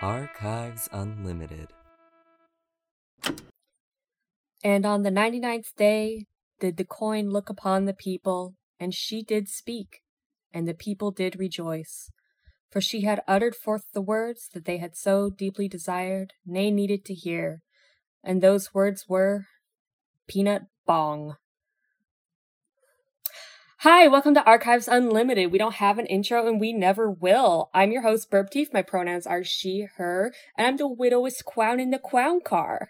Archives Unlimited. And on the ninety ninth day did the coin look upon the people, and she did speak, and the people did rejoice. For she had uttered forth the words that they had so deeply desired, nay, needed to hear. And those words were Peanut Bong. Hi, welcome to Archives Unlimited. We don't have an intro and we never will. I'm your host, Burp Teeth. My pronouns are she, her, and I'm the widowest clown in the clown car.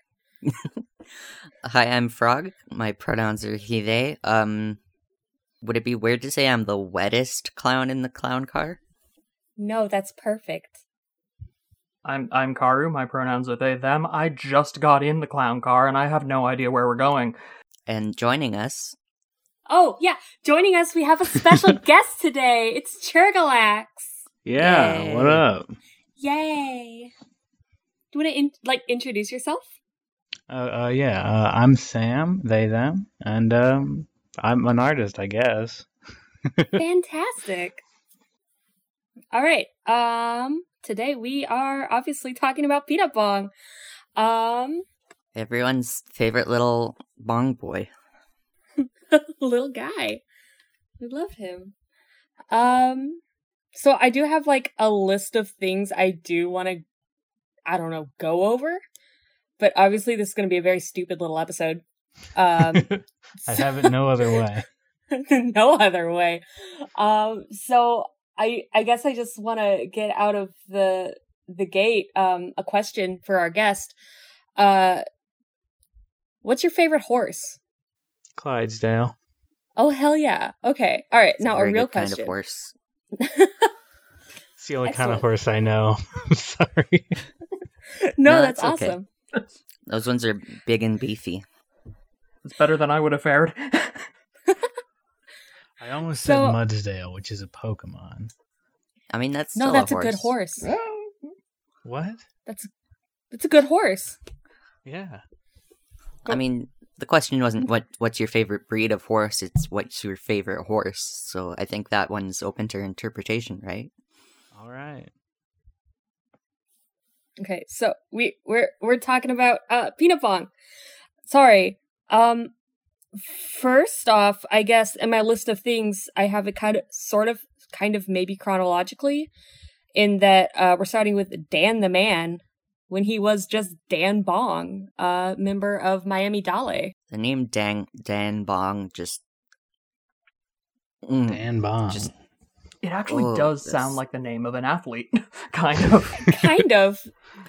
Hi, I'm Frog. My pronouns are he, they. Um, would it be weird to say I'm the wettest clown in the clown car? No, that's perfect. I'm I'm Karu. My pronouns are they them. I just got in the clown car and I have no idea where we're going. And joining us, Oh, yeah. Joining us, we have a special guest today. It's Churgalax. Yeah, Yay. what up? Yay. Do you want to in- like introduce yourself? Uh, uh, yeah, uh, I'm Sam, they, them, and um, I'm an artist, I guess. Fantastic. All right. Um today we are obviously talking about peanut bong. Um everyone's favorite little bong boy. little guy. We love him. Um so I do have like a list of things I do want to I don't know, go over. But obviously this is going to be a very stupid little episode. Um I have it no other way. no other way. Um, so I I guess I just want to get out of the the gate um, a question for our guest. Uh, what's your favorite horse? Clydesdale. Oh hell yeah! Okay, all right. It's Now a very real good kind question. of horse. It's the only kind Excellent. of horse I know. I'm sorry. no, No, that's, that's okay. awesome. Those ones are big and beefy. It's better than I would have fared. I almost said said So- Mudsdale, which is a Pokemon. I mean, that's No, still that's a a, horse. good horse. What? That's that's a good horse. Yeah. I mean, the question wasn't what what's your favorite breed of horse. It's what's your favorite horse. So I think that one's open to interpretation, right? All right. Okay, so we we're we're talking about uh peanut bong. Sorry. Um first off, I guess in my list of things, I have it kind of sort of kind of maybe chronologically in that uh we're starting with Dan the man when he was just Dan Bong, uh member of Miami Dale. The name Dang Dan Bong just. Mm. Dan Bong. Just- It actually Oh, does this- sound like the name of an athlete, kind of kind of.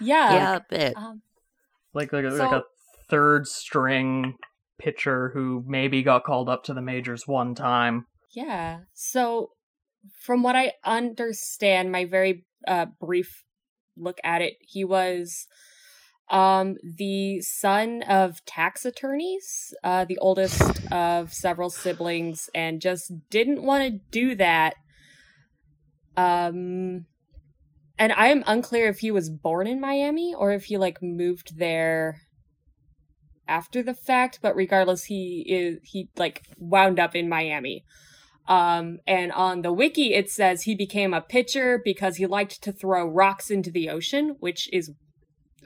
Yeah. Yeah, a bit. Um, like like, a- So- like a third string pitcher who maybe got called up to the majors one time. Yeah. So, from what I understand, my very uh, brief look at it, he was um the son of tax attorneys uh the oldest of several siblings and just didn't want to do that um and i am unclear if he was born in miami or if he like moved there after the fact but regardless he is he like wound up in miami um, and on the wiki, it says he became a pitcher because he liked to throw rocks into the ocean, which is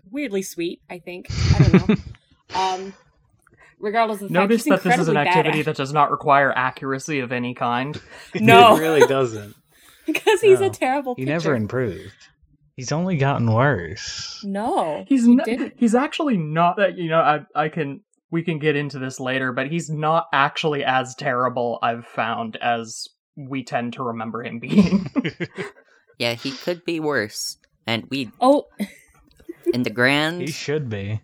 weirdly sweet, I think. I don't know. um, regardless of the Notice fact, that he's this is an incredibly activity badass. that does not require accuracy of any kind. No. It really doesn't. because he's a Oh. No. terrible He pitcher. never improved. He's only gotten worse. No. He's he not, didn't. he's actually not that you know I I can we can get into this later, but he's not actually as terrible I've found as we tend to remember him being. Yeah, he could be worse. And we, Oh, in the Mm. he grand, should be.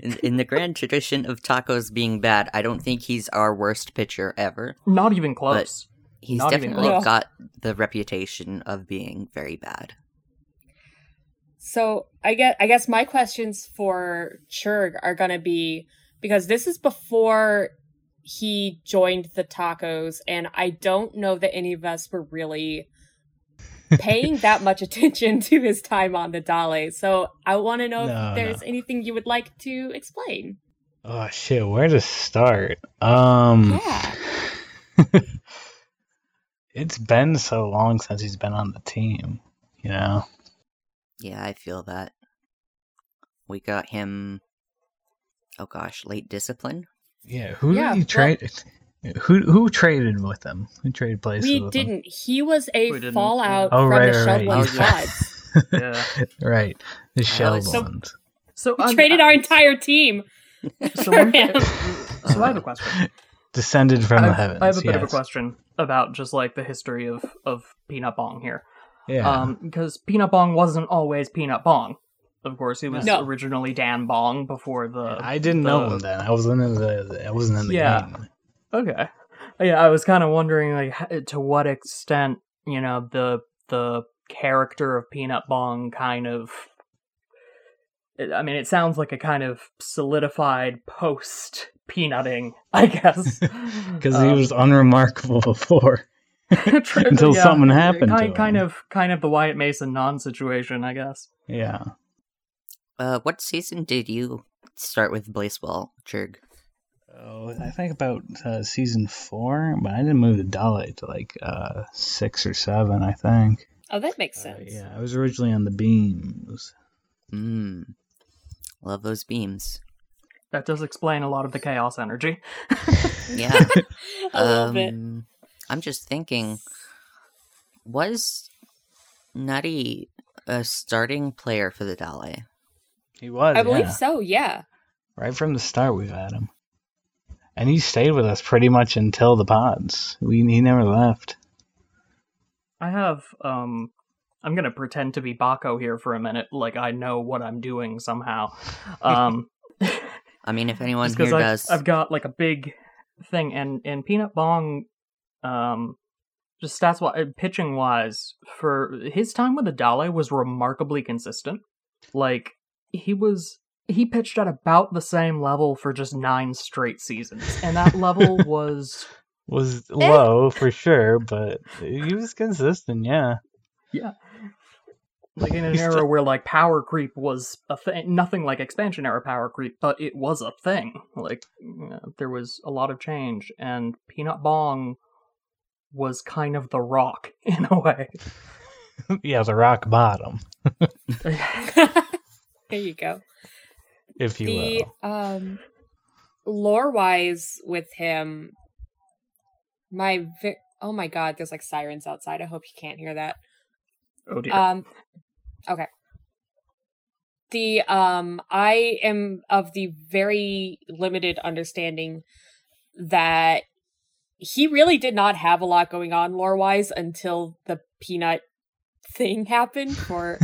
in, in the grand tradition of tacos being bad, I don't think he's our worst pitcher ever. not even close. He's Not even definitely close. got the reputation of being very bad. So I guess I guess my questions for Churg are gonna be because this is before he joined the tacos, and I don't know that any of us were really paying that much attention to his time on the Dale. So I want to know No, if there's anything you would like to explain. Oh shit, where to start? Um Yeah. It's been so long since he's been on the team, you know. Yeah, I feel that. We got him. Oh gosh, late discipline. Yeah, who Yeah, did he well- trade who who traded with him? Who traded places We with him? didn't. He was a We didn't, fallout Oh, from right, the right, right. Shell One's Oh, yeah. pods. Yeah. Right. The shell so- ones. So We I'm- uh, traded our entire team. So, I'm- Damn. so I have a question. Descended from I the have, heavens. I have a bit of a yes. question about just like the history of of Peanut Bong here, Yeah. um, because Peanut Bong wasn't always Peanut Bong. Of course, he was No. originally Dan Bong before the. I didn't know him then. I wasn't in the I wasn't in the Yeah. game. Okay. Yeah, I was kind of wondering like h- to what extent, you know, the the character of Peanut Bong kind of it- I mean, it sounds like a kind of solidified post peanutting, I guess. Um, Because he was unremarkable before. Tr- until something happened eh, Kind, to kind him. of kind of the Wyatt Mason non situation, I guess. Yeah. Uh, what season did you start with Blazewell, Jerg? Oh, I think about uh, season four, but I didn't move the Dalai to like uh, six or seven, I think. Oh, that makes Uh, sense. yeah, I was originally on the beams. Mmm. Love those beams. That does explain a lot of the chaos energy. Yeah. I love it. Um, I'm just thinking, was Nutty a starting player for the Dale? He was, I believe yeah. so. Yeah. Right from the start, we've had him, and he stayed with us pretty much until the pods. We he never left. I have um I'm gonna pretend to be Baco here for a minute, like I know what I'm doing somehow. Um I mean, if anyone just here because I've, does, I've got like a big thing and and Peanut Bong um just stats wise pitching wise for his time with the Dale was remarkably consistent. Like he was he pitched at about the same level for just nine straight seasons. And that level was Was Eh. low for sure, but he was consistent. Yeah, like in an He's era just- where like power creep was a thing nothing like expansion era power creep but it was a thing like you know, there was a lot of change and peanut bong was kind of the rock in a way yeah, the rock bottom, there you go. if you the will. um lore wise with him my vi- oh my god there's like sirens outside i hope you can't hear that oh dear um okay the um i am of the very limited understanding that he really did not have a lot going on lore wise until the peanut thing happened for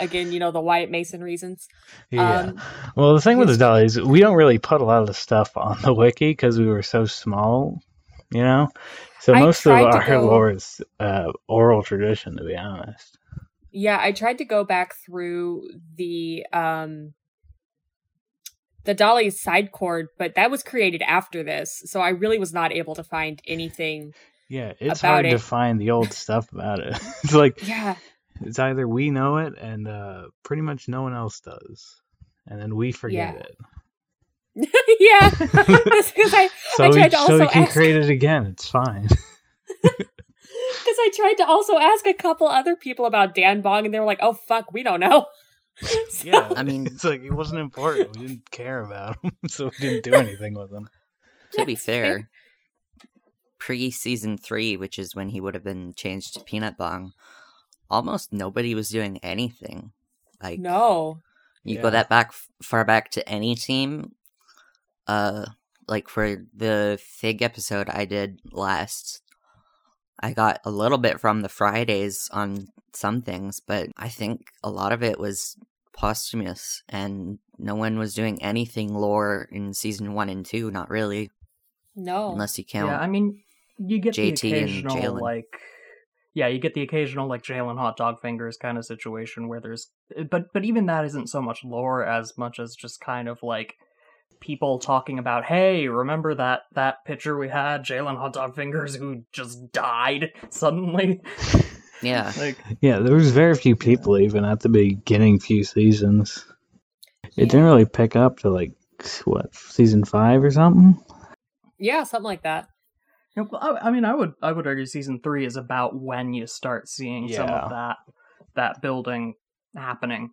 again you know the wyatt mason reasons Yeah. um, well, the thing with the his- Dalai is we don't really put a lot of the stuff on the wiki because we were so small, you know. So I most of tried to our go- lore is uh, oral tradition, to be honest. Yeah, I tried to go back through the um the Dolly's side chord, but that was created after this, so I really was not able to find anything. Yeah, it's About hard to it. find the old stuff about it. it's like Yeah. it's either we know it and uh, pretty much no one else does, and then we forget Yeah. it. yeah. That's because I So I we, tried to so we also can ask- create it again. It's fine. because I tried to also ask a couple other people about Dan Bong and they were like, "Oh fuck, we don't know." So- I mean- it's like it wasn't important. We didn't care about them, so we didn't do anything with them. to be That's fair. fair, pre season three, which is when he would have been changed to Peanut Bong, almost nobody was doing anything. Like No. you Yeah. go that back far back to any team. Uh, like for the Fig episode I did last, I got a little bit from the Fridays on some things, but I think a lot of it was posthumous, and no one was doing anything lore in season one and two. Not really, No. unless you count. yeah i mean you get JT the and occasional Jalen. like yeah you get the occasional like jalen hot dog fingers kind of situation where there's eh, but but even that isn't so much lore as much as just kind of like people talking about hey remember that that picture we had jalen hot dog fingers who just died suddenly Yeah. Like Yeah, there was very few people even at the beginning few seasons. It didn't really pick up to like what season five or something. Yeah, something like that. Yeah, well, I, I mean, I would I would argue season three is about when you start seeing some Yeah. of that that building happening,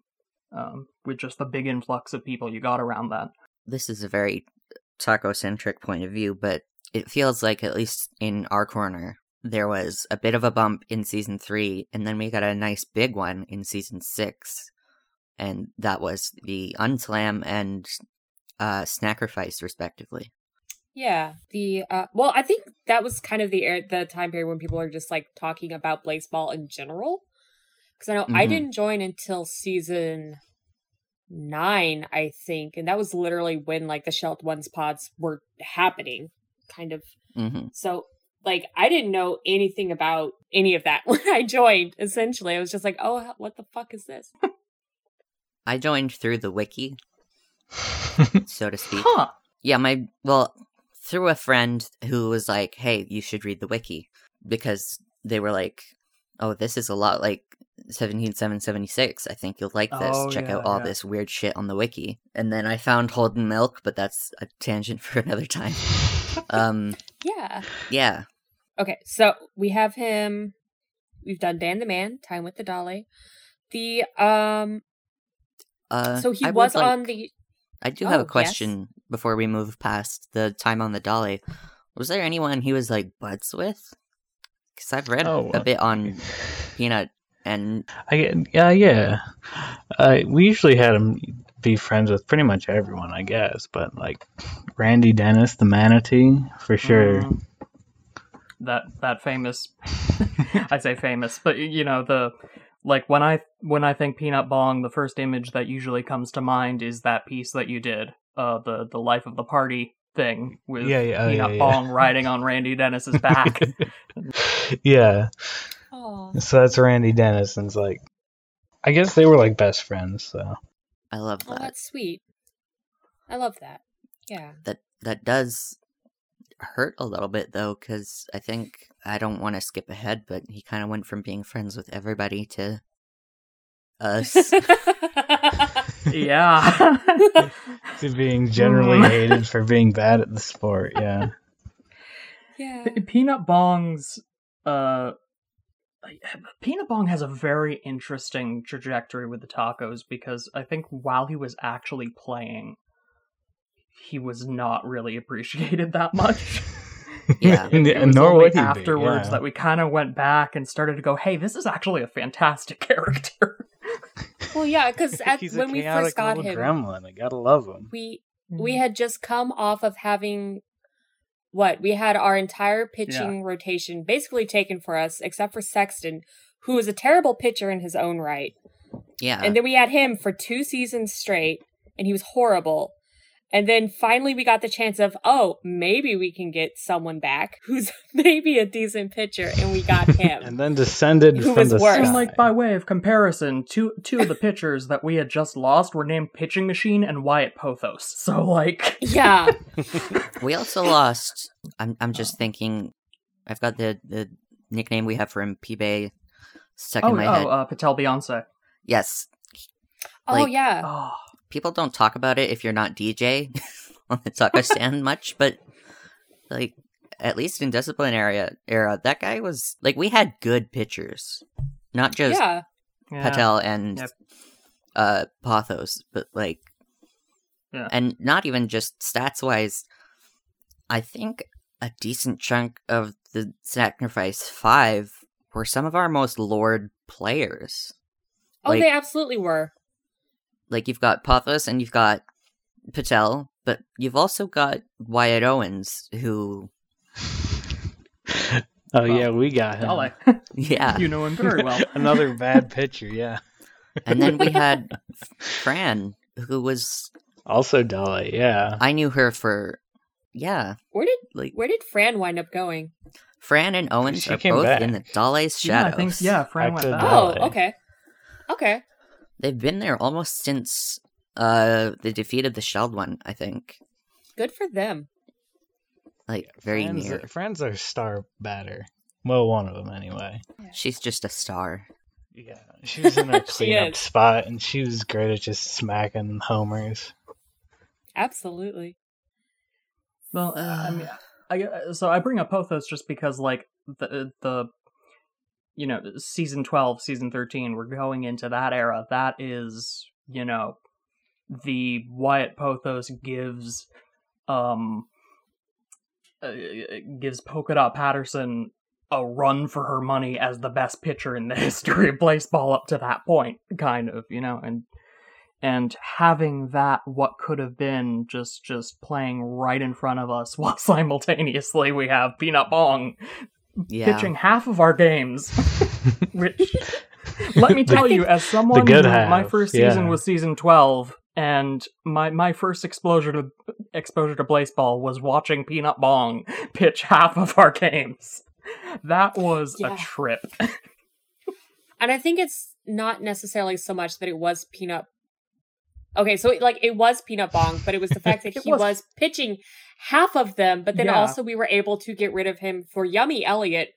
um, with just the big influx of people you got around that. This is a very taco centric point of view, but it feels like, at least in our corner, there was a bit of a bump in season three, and then we got a nice big one in season six. And that was the Unslam and uh, Snackerfice, respectively. Yeah, the uh, well, I think that was kind of the air, the time period when people are just like talking about baseball in general. Because I know I Mhm. didn't join until season nine, I think, and that was literally when like the Shelt Ones pods were happening, kind of. hmm So like I didn't know anything about any of that when I joined. Essentially, I was just like, oh, what the fuck is this? I joined through the wiki, so to speak. Huh? yeah, my well, through a friend who was like, "Hey, you should read the wiki," because they were like, "Oh, this is a lot like seventeen seven seventy six. I think you'll like this. Oh, Check yeah, out all yeah. this weird shit on the wiki." And then I found Holden Milk, but that's a tangent for another time. um, Yeah. yeah, Okay, so we have him. We've done Dan the Man, Time with the Dolly. The um, uh, so he I would was like- on the. I do have Oh, a yes. question before we move past the time on the dolly. Was there anyone he was like buds with? Because I've read Oh, a uh, bit on Peanut and I get- yeah yeah. Uh, we usually had him be friends with pretty much everyone, I guess. But like Randy Dennis, the manatee, for sure. Mm. that that famous i say famous but y- you know the like when i when i think peanut bong the first image that usually comes to mind is that piece that you did uh the the life of the party thing with Yeah, yeah, oh, peanut yeah, yeah. bong riding on randy dennis's back ah. Yeah, Oh, so that's Randy Dennis, and it's like, I guess they were like best friends. So I love oh, that. that's sweet. I love that. Yeah. that that does hurt a little bit though because i think i don't want to skip ahead but he kind of went from being friends with everybody to us yeah to being generally Mm. hated for being bad at the sport. Yeah. yeah. Peanut Bong's uh Peanut Bong has a very interesting trajectory with the tacos because I think while he was actually playing he was not really appreciated that much. Yeah. And, It was nor only would he be, afterwards yeah. that we kind of went back and started to go, "Hey, this is actually a fantastic character." Well, yeah, because He's a when we chaotic first got little him, gremlin. I gotta love him. we Hmm. we Mm. had just come off of having what we had our entire pitching rotation basically taken for us, except for Sexton, who was a terrible pitcher in his own right. yeah And then we had him for two seasons straight, and he was horrible. And then finally we got the chance of, oh, maybe we can get someone back who's maybe a decent pitcher, and we got And him. then descended Who from was the worse? sky. And like by way of comparison, two two of the pitchers that we had just lost were named Pitching Machine and Wyatt Pothos. So like yeah. we also lost i'm Oh. i'm just thinking i've got the the nickname we have for him p-bay stuck oh, in oh my head uh, Patel Beyonce. yes Oh, Like- yeah. Oh, people don't talk about it if you're not dj on the taco stand much but like at least in discipline area era that guy was like we had good pitchers not just Yeah. yeah. Patel and Yep. uh Pathos, but like Yeah. and not even just stats wise, I think a decent chunk of the sacrifice five were some of our most lord players. Oh, like they absolutely were. like you've got Pathos and you've got Patel, but you've also got Wyatt Owens who Oh yeah, we got him. Dale. yeah. You know him very well. Another bad pitcher, yeah. and then we had Fran who was Also Dolly, yeah. I knew her for yeah, Where did like where did Fran wind up going? Fran and Owens She are came both back. in the Dale's Yeah, shadows. I think yeah, Fran went Acted back. Oh, Dolly. okay. Okay. They've been there almost since uh the defeat of the Shelled One, I think. Good for them. Like very Fran's, near. Fran's our star batter. Well, one of them anyway. She's just a star. Yeah, she was in her She cleanup is. spot, and she was great at just smacking homers. Absolutely. Well, I mean, I, so I bring up Pothos just because, like, the uh, the you know, season twelve, season thirteen, we're going into that era. That is, you know, the Wyatt Pothos gives, um, uh, gives Polka Dot Patterson a run for her money as the best pitcher in the history of baseball up to that point, kind of, you know, and and having that what could have been just just playing right in front of us while simultaneously we have peanut bong Yeah. pitching half of our games which let me tell you as someone good who- half, my first season yeah. was season 12 and my my first exposure to exposure to baseball was watching peanut bong pitch half of our games that was Yeah. a trip And I think it's not necessarily so much that it was peanut. Okay, so it, like it was peanut bong, but it was the fact that It he was. was. pitching half of them, but then Yeah. also we were able to get rid of him for Yummy Elliott,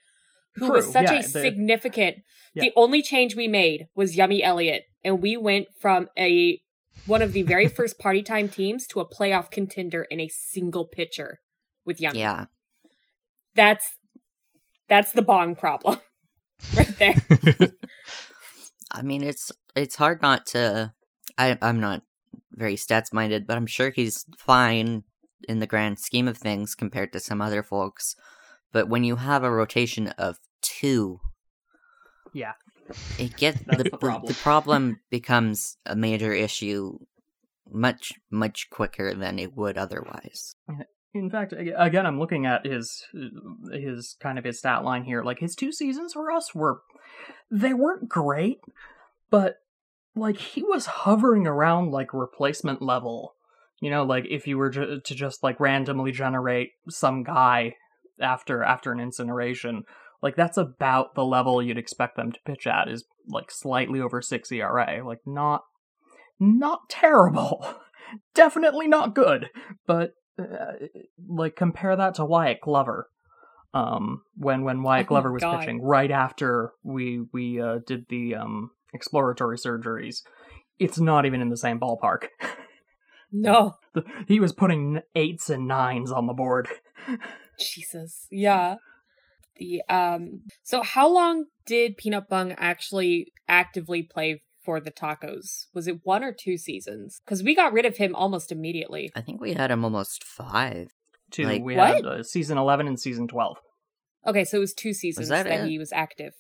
who was True, such yeah, a the- significant. Yeah. The only change we made was Yummy Elliott, and we went from a one of the very first party time teams to a playoff contender in a single pitcher with Yummy. Yeah. That's that's the bong problem right there. I mean, it's it's hard not to. I, I'm not very stats minded, but I'm sure he's fine in the grand scheme of things compared to some other folks. But when you have a rotation of two, Yeah. it gets That's the, the the problem. problem. The problem becomes a major issue much much quicker than it would otherwise. In fact, ag- again, I'm looking at his his kind of his stat line here. Like his two seasons for us were they weren't great, but like he was hovering around like replacement level. You know, like if you were ju- to just like randomly generate some guy after after an incineration, like that's about the level you'd expect them to pitch at is like slightly over 6 ERA. Like not not terrible. Definitely not good, but uh, like compare that to Wyatt Glover. Um, when when Oh Wyatt my Glover was God. pitching, right after we we uh, did the um exploratory surgeries, it's not even in the same ballpark. No. The- he was putting eights and nines on the board. Jesus. Yeah. The um so how long did Peanut Bung actually actively play for the Tacos? Was it one or two seasons? Cuz we got rid of him almost immediately. I think we had him almost five. Two, Like, we What? had uh, season eleven and season twelve. Okay, so it was two seasons that that, it? he was active.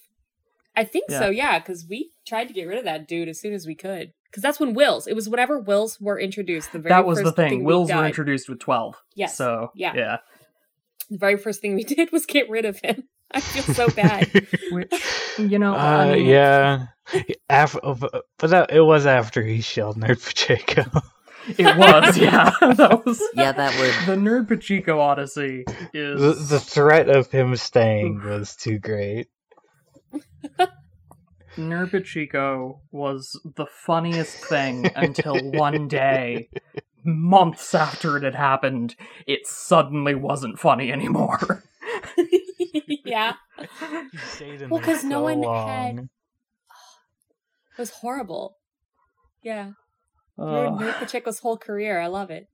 I think so, yeah, cuz we tried to get rid of that dude as soon as we could. Cuz that's when Wills, it was whenever Wills were introduced, the very That was first the thing. we Wills were done- introduced with twelve. Yes. So Yeah. yeah. the very first thing we did was get rid of him. I feel so bad. Which you know, Uh, I mean, yeah. Af- uh, but but that, it was after he shelled Nerd Pacheco. it was. Yeah, that was. Yeah, that would. The Nerd Pachico Odyssey the, is the threat of him staying was too great. Nerd Pachico was the funniest thing until one day, months after it had happened, it suddenly wasn't funny anymore. yeah. He stayed in Well, there 'cause no so one had- long. It was horrible. Yeah. Uh, Ruined Nate Pacheco's whole career. I love it.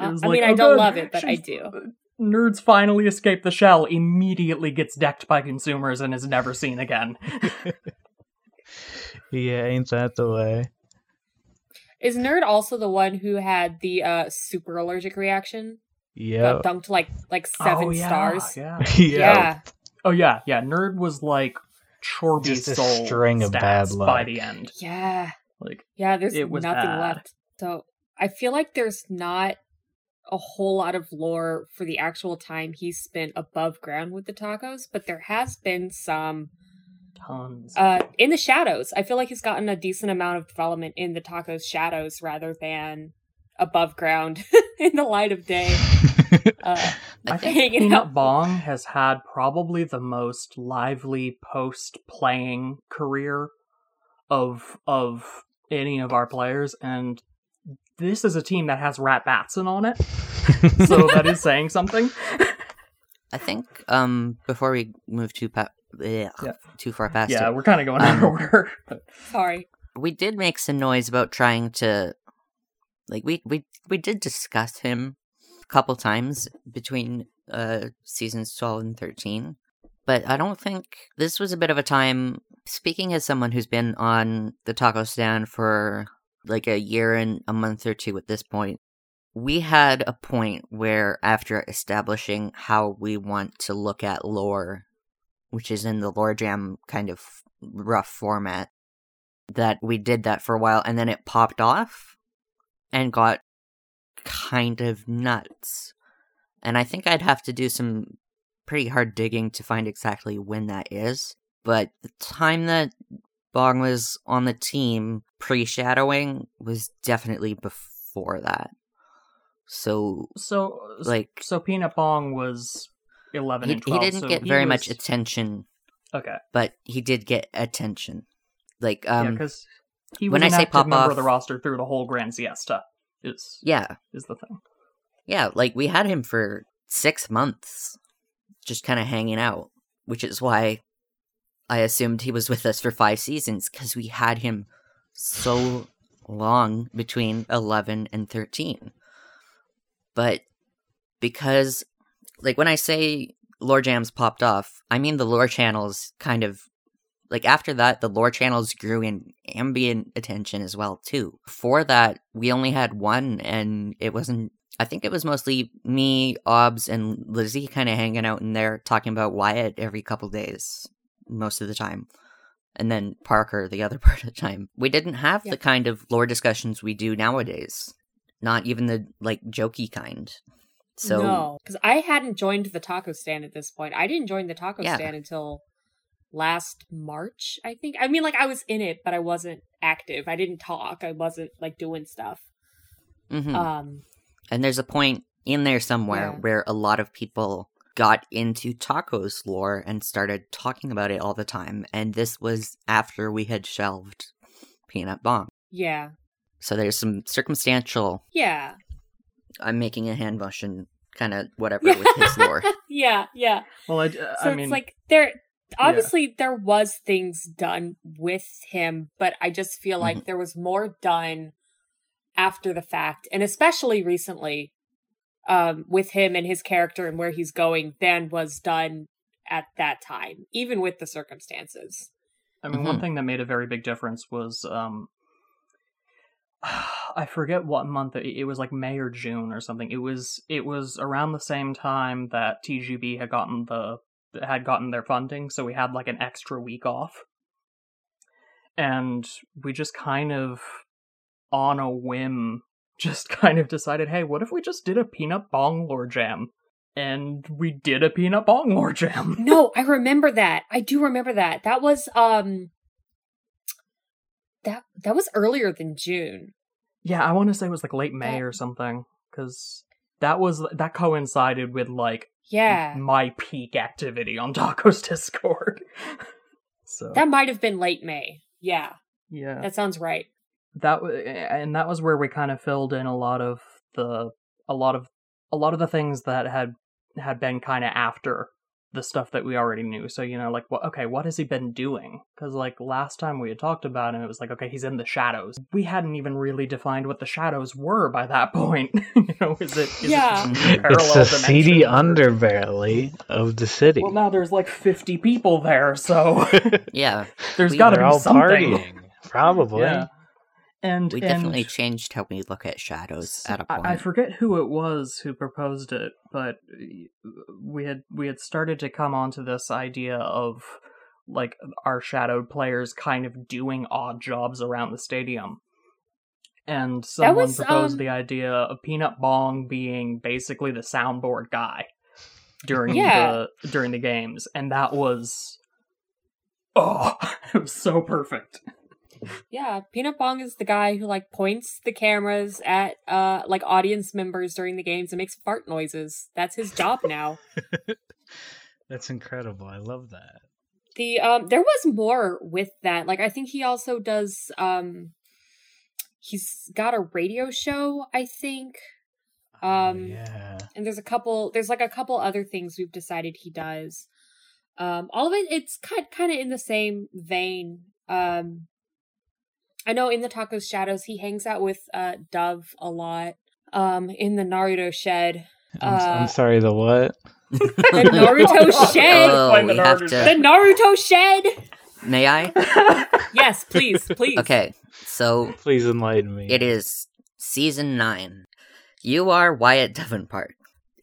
It Uh, was I like, mean, I "Oh, don't good, love it, but I she's- do. nerds finally escape the shell, immediately gets decked by consumers, and is never seen again. Yeah, ain't that the way? Is Nerd also the one who had the uh, super allergic reaction? Yep. Got dunked like like seven Oh, yeah, stars. Yeah. yeah. Yeah. Oh yeah, yeah. Nerd was like Chorby's Just a soul string of stats bad by luck. the end. Yeah. Like Yeah, there's It was nothing bad. left. So I feel like there's not a whole lot of lore for the actual time he spent above ground with the tacos, but there has been some tons. uh in the shadows i feel like he's gotten a decent amount of development in the taco's shadows rather than above ground in the light of day uh, I I think think hanging Peanut out. Bong has had probably the most lively post-playing career of of any of our players, and this is a team that has Rat Batson on it, so that is saying something. I think um before we move too pa- bleh, Yeah. too far past yeah, it, we're kind of going out of Um, order. but- Sorry. we did make some noise about trying to like we we we did discuss him a couple times between uh seasons 12 and 13 but i don't think this was a bit of a time speaking as someone who's been on the taco stand for like a year and a month or two at this point we had a point where after establishing how we want to look at lore which is in the lore jam kind of rough format that we did that for a while and then it popped off and got kind of nuts. And I think I'd have to do some pretty hard digging to find exactly when that is. But the time that Bong was on the team pre shadowing was definitely before that. So, So, like, so Peanut Bong was eleven he, and he twelve. didn't so get he very was- much attention, okay, but he did get attention. Like, yeah, um, yeah, because he was when an I say active pop member off- of the roster through the whole Grand Siesta. Is yeah, is the thing? Yeah, like we had him for six months, just kind of hanging out, which is why I assumed he was with us for five seasons because we had him so long between 11 and 13. But because, like, when I say lore jams popped off, I mean the lore channels kind of. Like after that, the lore channels grew in ambient attention as well too. Before that, we only had one, and it wasn't I think it was mostly me, Obs, and Lizzie kind of hanging out in there talking about Wyatt every couple days, most of the time. And then Parker the other part of the time. We didn't have Yeah. the kind of lore discussions we do nowadays, not even the like jokey kind. So, no, because I hadn't joined the taco stand at this point. I didn't join the taco Yeah. stand until last March, I think. I mean, like I was in it, but I wasn't active. I didn't talk. I wasn't like doing stuff. Mhm. Um, And there's a point in there somewhere Yeah. where a lot of people got into tacos lore and started talking about it all the time. And this was after we had shelved Peanut Bomb. yeah, So there's some circumstantial, yeah, I'm making a hand motion, kind of whatever Yeah. with his lore. yeah, yeah. Well, I, So I mean, it's like there obviously there was things done with him, but I just feel Mm-hmm. like there was more done after the fact, and especially recently, um, with him and his character and where he's going than was done at that time, even with the circumstances. I mean, one Mhm. thing that made a very big difference was um, I forget what month it, it was, like May or June or something. It was it was around the same time that TGB had gotten the had gotten their funding, so we had like an extra week off, and we just kind of on a whim just kind of decided, hey, what if we just did a peanut bong lore jam? And we did a peanut bong lore jam. No, I remember that. I do remember that. That was um that that was earlier than June. Yeah, I want to say it was like late May That- or something because that was that coincided with like Yeah. my peak activity on Taco's Discord. so That might have been late May. Yeah. yeah, That sounds right. that wa- eh, and that was where we kind of filled in a lot of the a lot of a lot of the things that had had been kind of after the stuff that we already knew. So you know, like, what okay, what has he been doing? Because like last time we had talked about him, it was like, okay, he's in the shadows. We hadn't even really defined what the shadows were by that point. you know, is it is Yeah. it just a parallel It's the seedy dimension? underbelly of the city. Well, now there's like fifty people there, so yeah, there's We- got to They're be all something. partying, probably. Yeah. And we and- definitely changed how we look at shadows at a point. I, I forget who it was who proposed it, but uh, we had we had started to come onto this idea of like our shadowed players kind of doing odd jobs around the stadium. And someone was, proposed um, the idea of Peanut Bong being basically the soundboard guy during Yeah. the during the games, and that was oh, it was so perfect. Yeah, Peanut Bong is the guy who like points the cameras at uh like audience members during the games and makes fart noises. That's his job now. That's incredible. I love that. The um there was more with that. Like I think he also does um he's got a radio show, I think. Oh, Um, yeah. and there's a couple there's like a couple other things we've decided he does um all of it it's kind kind of in the same vein um i know in the taco's shadows he hangs out with uh dove a lot um in the naruto shed I'm, s- Uh, I'm sorry, the what? The Naruto shed. Oh, we have to- the naruto shed May I? yes please please Okay, so Please enlighten me. It is season nine. You are Wyatt Devonpart.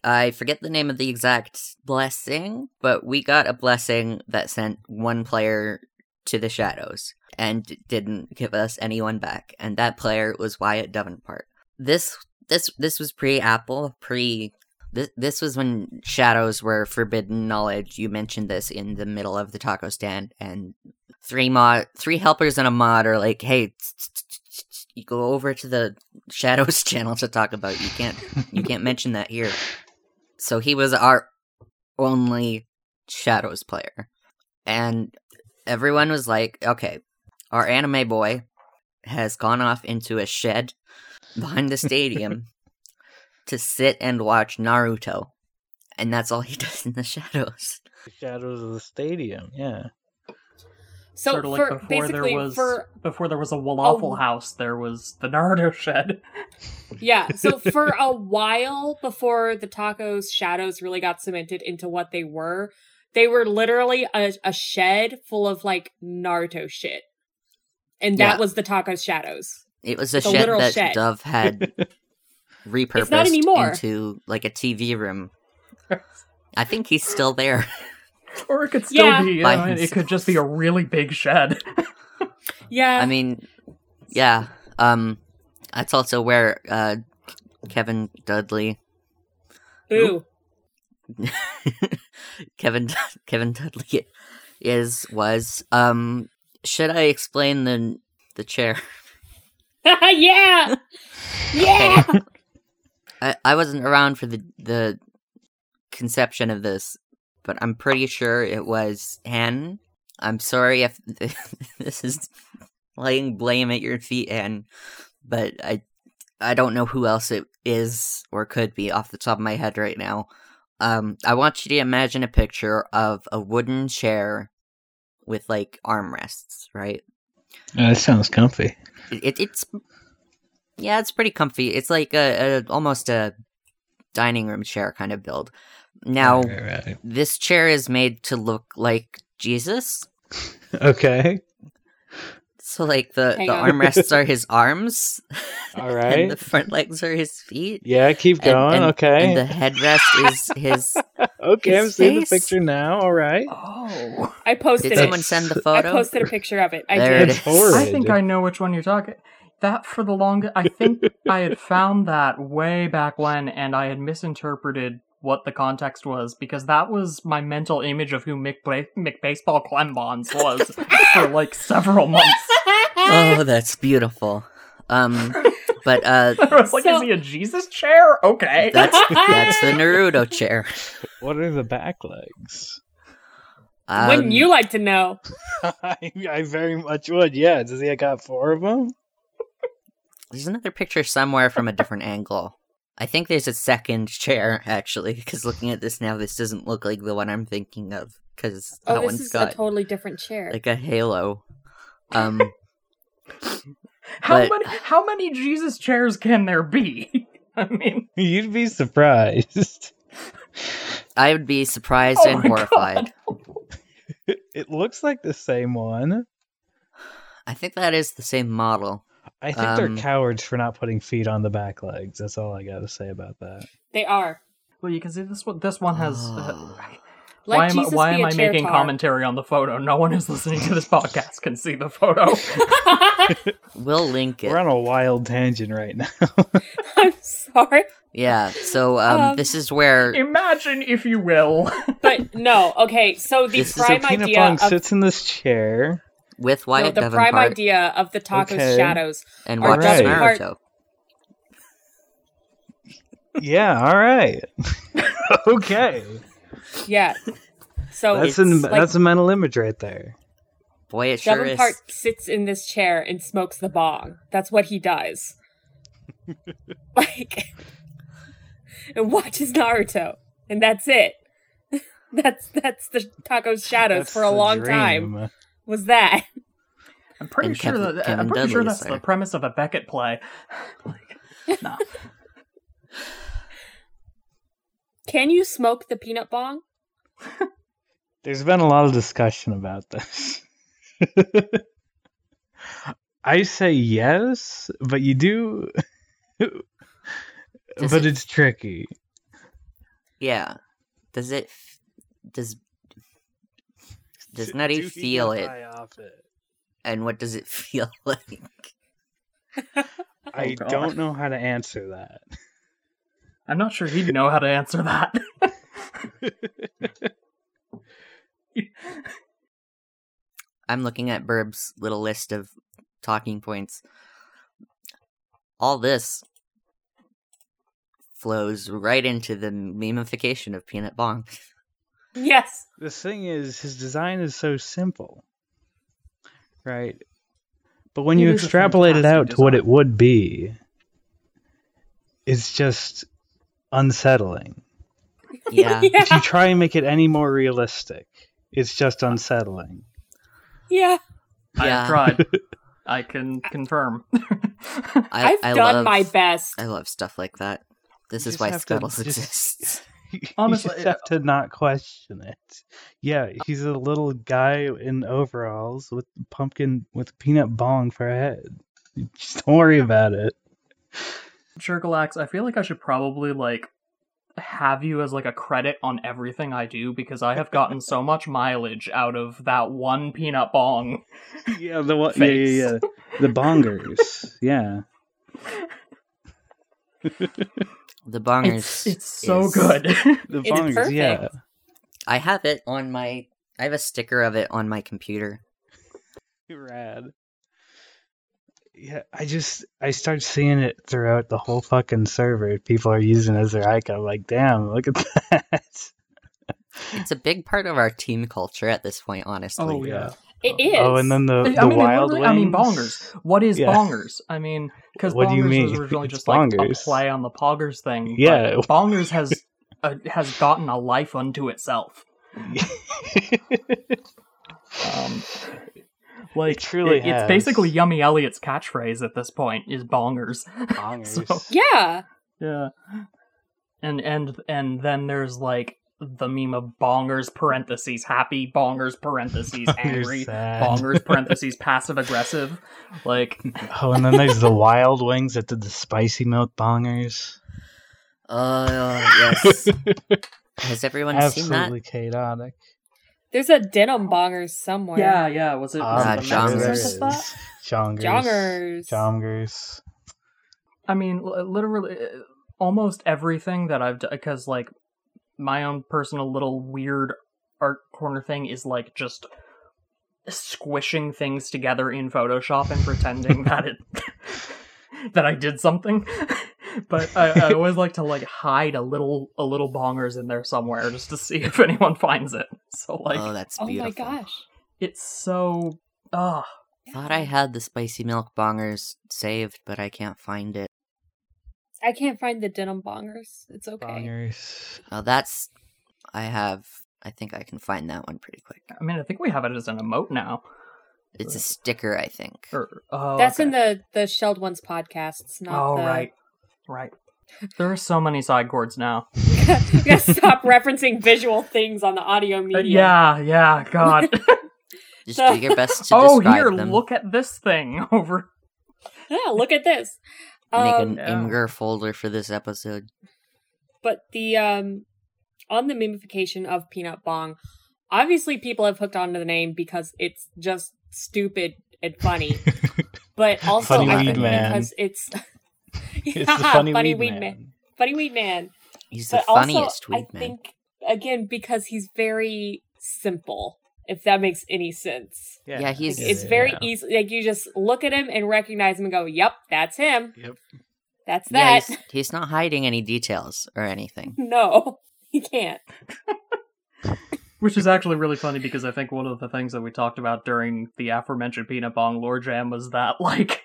I forget the name of the exact blessing, but we got a blessing that sent one player to the shadows and didn't give us anyone back, and that player was Wyatt Devonpart. This this this was pre Apple, pre this this was when shadows were forbidden knowledge. You mentioned this in the middle of the taco stand, and three mod three helpers and a mod are like, hey, you go over to the shadows channel to talk about. it. You can't you can't mention that here. So he was our only shadows player, and everyone was like, okay, our anime boy has gone off into a shed behind the stadium to sit and watch Naruto. And that's all he does in the shadows. The shadows of the stadium. Yeah. so sort of like for before there basically was for before there was a waffle Oh. house, there was the Naruto shed. Yeah, so for a while before the tacos shadows really got cemented into what they were, they were literally a, a shed full of like Naruto shit. And that Yeah. was the tacos shadows. It was a It's a shed literal that shed. Dove had repurposed anymore. into like a TV room. I think he's still there. or it could still Yeah. be. You By know, it- it himself. could just be a really big shed. Yeah. I mean, yeah. Um, that's also where uh, Kevin Dudley, boo. Kevin Kevin Dudley, is was. Um, should I explain the the chair? yeah. Yeah. I, I wasn't around for the the conception of this, but I'm pretty sure it was Anne. I'm sorry if this is laying blame at your feet, Anne, but I I don't know who else it is or could be off the top of my head right now. Um, I want you to imagine a picture of a wooden chair with like armrests, right? Yeah, Uh, that sounds comfy. It, it, it's yeah, it's pretty comfy. It's like a, a almost a dining room chair kind of build. Now Right, right, right. this chair is made to look like Jesus. Okay. So like the Hang the on. armrests are his arms, All and right. the front legs are his feet. Yeah, keep and- going. and- okay. And the headrest is his. okay, I'm his seeing the face. picture now. All right. oh, I posted Did it. someone send the I photo? posted a picture of it. I There did. it It's is. horrid. I think I know which one you're talking. That for the longest, I think I had found that way back when, and I had misinterpreted what the context was because that was my mental image of who Mick, Bla- Mick Baseball Clembons was for like several months. oh, that's beautiful. Um, but uh, I was like, So- is he a Jesus chair? Okay. that's that's the Naruto chair. What are the back legs? Um, Wouldn't you like to know? I, I very much would. Yeah. Does he got four of them? There's another picture somewhere from a different angle. I think there's a second chair actually, because looking at this now, this doesn't look like the one I'm thinking of. Because Oh, that this one's is got a totally different chair. like a halo. Um, how, but- many, how many Jesus chairs can there be? I mean, You'd be surprised. I would be surprised oh and my horrified. God. It looks like the same one. I think that is the same model. I think they're Um, cowards for not putting feet on the back legs. That's all I got to say about that. They are. Well, you can see this one. This one has. Oh. Uh, Let why am, I- Jesus why be am a I chair making tar. commentary on the photo? No one who's listening to this podcast can see the photo. We'll link it. We're on a wild tangent right now. I'm sorry. Yeah. So um, Um, this is where Imagine, if you will. But no, okay. So the This is a prime so Peanut idea Bong of sits in this chair. with no, Wyatt the Devonpart prime idea of the tacos Okay. shadows. and or watch Devonpart- Naruto. Yeah, all right. okay. Yeah. So that's That's a an- like- that's a mental image right there. Boy, it sure Devonpart is. sits in this chair and smokes the bong. That's what he does. like and watches Naruto, and that's it. that's that's the Taco's shadows That's for a the long dream. time. Was that? I'm pretty And sure Kevin- that Kevin I'm pretty sure Dudley's that's there. the premise of a Beckett play. like, no. Can you smoke the peanut bong? There's been a lot of discussion about this. I say yes, but you do. Does but it- it's tricky. Yeah. Does it? f- Does does Do- Nutty do he feel get it? high off it? And what does it feel like? Oh, I God. don't know how to answer that. I'm not sure he'd know how to answer that. I'm looking at Burb's little list of talking points. All this flows right into the memification of Peanut Bong. Yes. the thing is, his design is so simple, right? But when It you is a extrapolate it out fantastic to what design. it would be, it's just unsettling. Yeah. if you Yeah. try and make it any more realistic, it's just unsettling. Yeah. Yeah. I've tried. I can confirm. I, I've I done love, my best. I love stuff like that. This You is just why have to Scuttles just- exists. Honestly, you just have to not question it. Yeah, he's a little guy in overalls with pumpkin with peanut bong for a head. Just don't worry about it. Shergalax, I feel like I should probably like have you as like a credit on everything I do because I have gotten so much mileage out of that one peanut bong. yeah, the one, yeah, face. yeah, yeah, the bongers. yeah, The bongers. It's, it's so is- good. the It's bongers. perfect. Yeah, I have it on my. I have a sticker of it on my computer. rad. Yeah, I just I start seeing it throughout the whole fucking server. People are using it as their icon. Like, damn, look at that. It's a big part of our team culture at this point, honestly. Oh, yeah. It is. Oh, and then the, I the mean, it wild literally- I mean, wings. bongers. What is Yeah. bongers? I mean, because What bongers do you was mean? originally It's just like a bongers. play on the poggers thing. but Yeah. bongers has uh, has gotten a life unto itself. Um, like It truly it- it's has. basically Yummy Elliot's catchphrase at this point is bongers. bongers. So- yeah. Yeah. And and and then there's like the meme of bongers parentheses happy bongers parentheses angry sad. bongers parentheses passive aggressive like Oh, and then there's the wild wings that did the spicy milk bongers. Uh, yes. Has everyone seen that? Absolutely chaotic. There's a denim bonger somewhere. yeah yeah was it, was Ah, it the jongers. Mexican there versus that? Jongers. Jongers. Jongers. I mean, li- literally, uh, almost everything that I've done, because, like, my own personal little weird art corner thing is, like, just squishing things together in Photoshop and pretending that it. that I did something. but I, I always like to, like, hide a little, a little bongers in there somewhere just to see if anyone finds it. So, like, oh, that's Oh beautiful. my gosh. it's so. ah, Ugh. Thought I had the spicy milk bongers saved, but I can't find it. I can't find the denim bongers. It's okay. Bongers. Oh, that's. I have. I think I can find that one pretty quick. I mean, I think we have it as an emote now. It's a sticker, I think. Or, oh, That's okay. in the the shelled ones podcasts, not oh the. right, right. There are so many side chords now. we gotta stop referencing visual things on the audio Uh, media. yeah, yeah. God. Just do your best to oh, describe here, them. look at this thing over. Yeah, Look at this. Make an Um, yeah. Imgur folder for this episode. but the um, on the memification of Peanut Bong, obviously people have hooked onto the name because it's just stupid and funny. but also Funny I Weed think Man. because it's. It's Yeah, the funny, weed, weed man. Funny weed man. He's but the funniest also, weed I man. think again because he's very simple. If that makes any sense, Yeah, he's- it's Yeah. very easy. Like you just look at him and recognize him and go, "Yep, that's him. Yep. That's Yeah, that." he's, he's not hiding any details or anything. no, he can't. Which is actually really funny because I think one of the things that we talked about during the aforementioned Peanut Bong Lore Jam was that, like,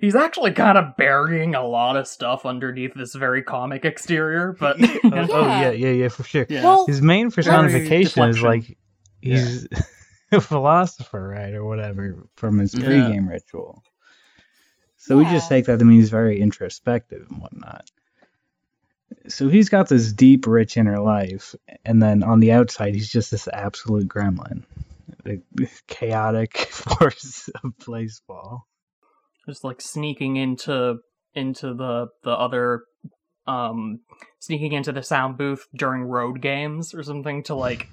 he's actually kind of burying a lot of stuff underneath this very comic exterior, but oh, oh, yeah, yeah, yeah, for sure. yeah. Well, His main personification is deflection. like he's a philosopher, right, or whatever, from his Yeah. pregame ritual. So we just Yeah. take that to mean he's very introspective and whatnot. So he's got this deep, rich inner life, and then on the outside, he's just this absolute gremlin, the chaotic force of baseball. just like sneaking into into the the other um sneaking into the sound booth during road games or something to like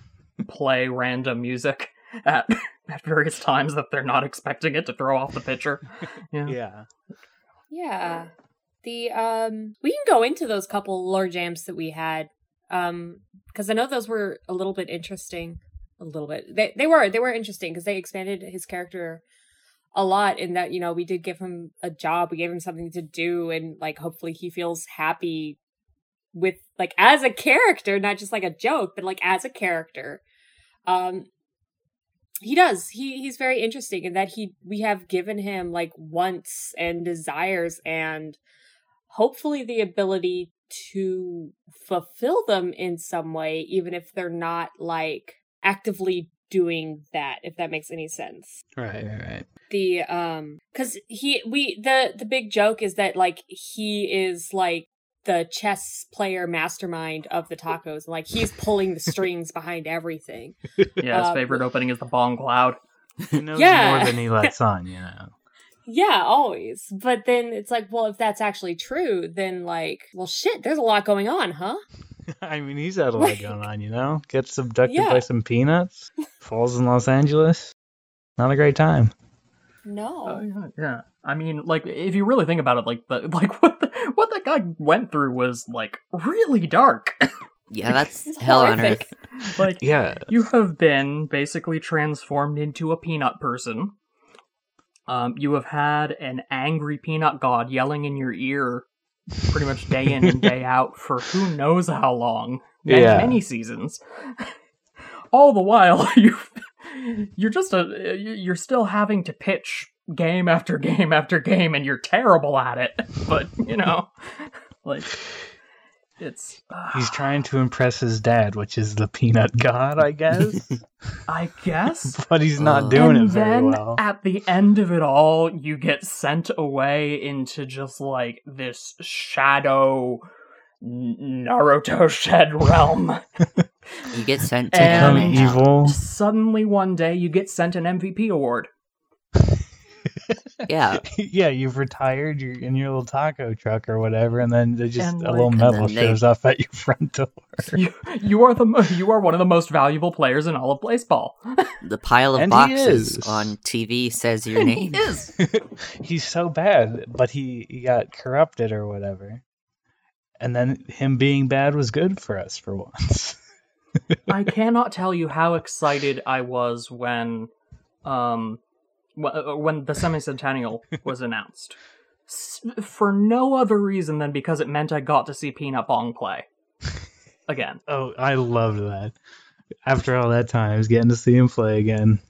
play random music at at various times that they're not expecting it to throw off the pitcher. Yeah. Yeah. Yeah. The um we can go into those couple lore jams that we had. Um because I know those were a little bit interesting. A little bit. They they were they were interesting because they expanded his character a lot in that, you know, we did give him a job, we gave him something to do and like hopefully he feels happy with like as a character, not just like a joke, but like as a character. Um he does he he's very interesting in that he we have given him like wants and desires and hopefully the ability to fulfill them in some way even if they're not like actively doing that if that makes any sense Right, right, right. the um because he we the the big joke is that like he is like the chess player mastermind of the tacos like he's pulling the strings behind everything Yeah, his Um, favorite opening is the Bong Cloud. He knows Yeah. more than he lets on, you know. Yeah, always. But then it's like, well, if that's actually true, then like, well, shit, there's a lot going on, huh? I mean, he's had a lot going on, you know? Gets abducted Yeah. by some peanuts, falls in Los Angeles. Not a great time. No. Uh, Oh yeah, yeah. I mean, like if you really think about it, like the like what the, what that guy went through was like really dark. Yeah, that's It's hell on horrific. earth. like Yeah. you have been basically transformed into a peanut person. Um, you have had an angry peanut god yelling in your ear pretty much day in and day out for who knows how long. Many, Yeah. many seasons. All the while you you're just a you're still having to pitch game after game after game and you're terrible at it. But, you know, like it's He's trying to impress his dad, which is the peanut god, I guess. I guess but he's not Uh. doing and it very then well. at the end of it all, you get sent away into just like this shadow N- Naruto shed realm. You get sent to And- hell Become and hell. evil. Suddenly, one day, you get sent an MVP award. Yeah, yeah, you've retired. You're in your little taco truck or whatever, and then they just And, a little like- And medal then they- shows up at your front door. You, you are the mo- you are one of the most valuable players in all of baseball. the pile of And he boxes is. on TV says your And he name. is. he's so bad, but he, he got corrupted or whatever. And then him being bad was good for us for once. I cannot tell you how excited I was when, um, wh- when the semicentennial was announced. S- for no other reason than because it meant I got to see Peanut Bong play again. oh, I loved that. After all that time, I was getting to see him play again.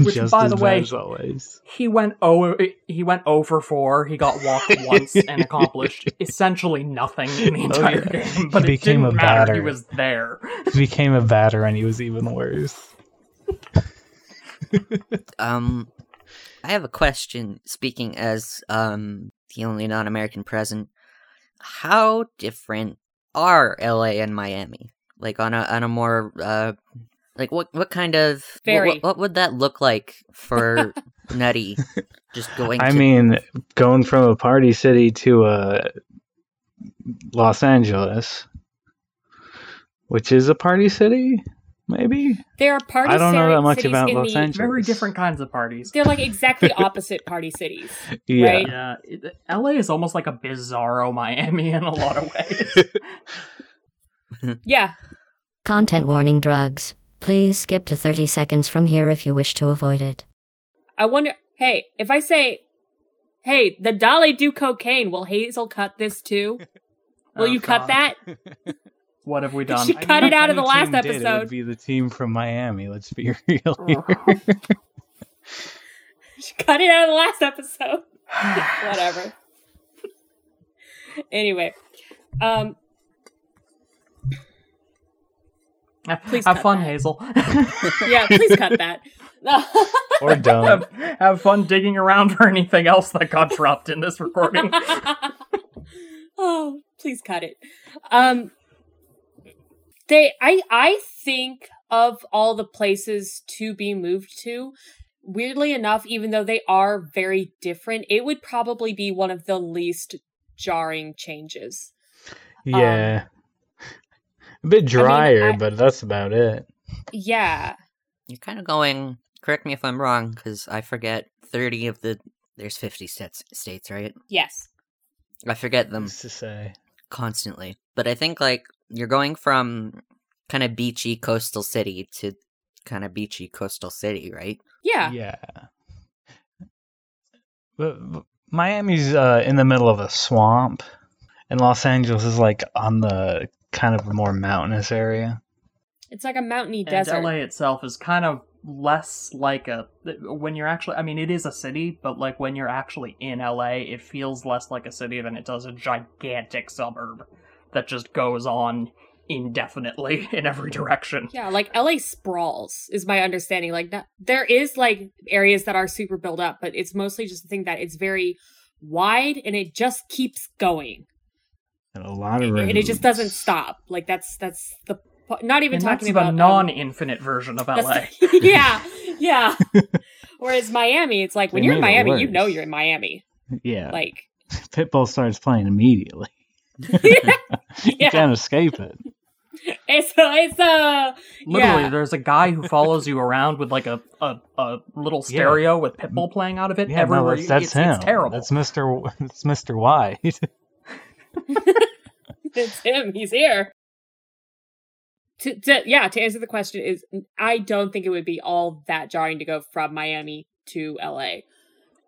Which, Just by as the bad way- as always. He went oh he went over four. He got walked once and accomplished essentially nothing in the Oh, entire yeah. game. But He it became didn't a matter. He batter. was there. He became a batter, and he was even worse. Um, I have a question. Speaking as um the only non-American present, how different are LA and Miami? Like on a on a more uh, like what what kind of Very. What, what would that look like for Nutty? Just going. I to- mean, going from a party city to uh, Los Angeles, which is a party city, maybe. There are party I don't know ceri- that much cities about in Los the, Angeles. Very different kinds of parties. They're like exactly opposite party cities. Yeah. Right? Yeah, it- LA is almost like a bizarro Miami in a lot of ways. Yeah. Content warning drugs. Please skip to 30 seconds from here if you wish to avoid it. I wonder, hey, if I say, hey, the Dolly do cocaine, will Hazel cut this too? Will Oh, you cut God. that? What have we done? she I cut mean, it out of the Any last team did, it would episode. be the team from Miami. Let's be real. here. She cut it out of the last episode. Whatever. anyway, um, Please have cut fun, that. Hazel. yeah, please cut that. Or dumb. Um, have, have fun digging around for anything else that got dropped in this recording. oh, please cut it. Um they I I think of all the places to be moved to, weirdly enough, even though they are very different, it would probably be one of the least jarring changes. Yeah. a bit drier, I- but that's about it. Yeah. You're kind of going. Correct me if I'm wrong, because I forget thirty of the. There's fifty states, states, right? Yes. I forget Um, them Who's to say. constantly, but I think like you're going from kind of beachy coastal city to kind of beachy coastal city, right? Yeah. But, but Miami's uh, in the middle of a swamp, and Los Angeles is like on the kind of more mountainous area. It's like a mountainy and desert. LA itself is kind of less like a when you're actually I mean it is a city, but like when you're actually in LA, it feels less like a city than it does a gigantic suburb that just goes on indefinitely in every direction. Yeah, like LA sprawls is my understanding. Like that, there is like areas that are super built up, but it's mostly just the thing that it's very wide and it just keeps going And a lot of roads. and it just doesn't stop. Like that's that's the po- not even And that's talking the about um, non-infinite version of LA. that's- yeah, yeah. Whereas Miami, it's like when They you're in made it Miami, you worse. know you're in Miami. Yeah. Like Pitbull starts playing immediately. You yeah, can't escape it. it's it's uh Literally, Yeah. there's a guy who follows you around with like a, a, a little stereo with Pitbull playing out of it Yeah, no, everywhere. that's, you- that's it's, him. it's terrible. That's Mister. W- That's Mister White. it's him. He's here. To, to yeah, to answer the question is, I don't think it would be all that jarring to go from Miami to LA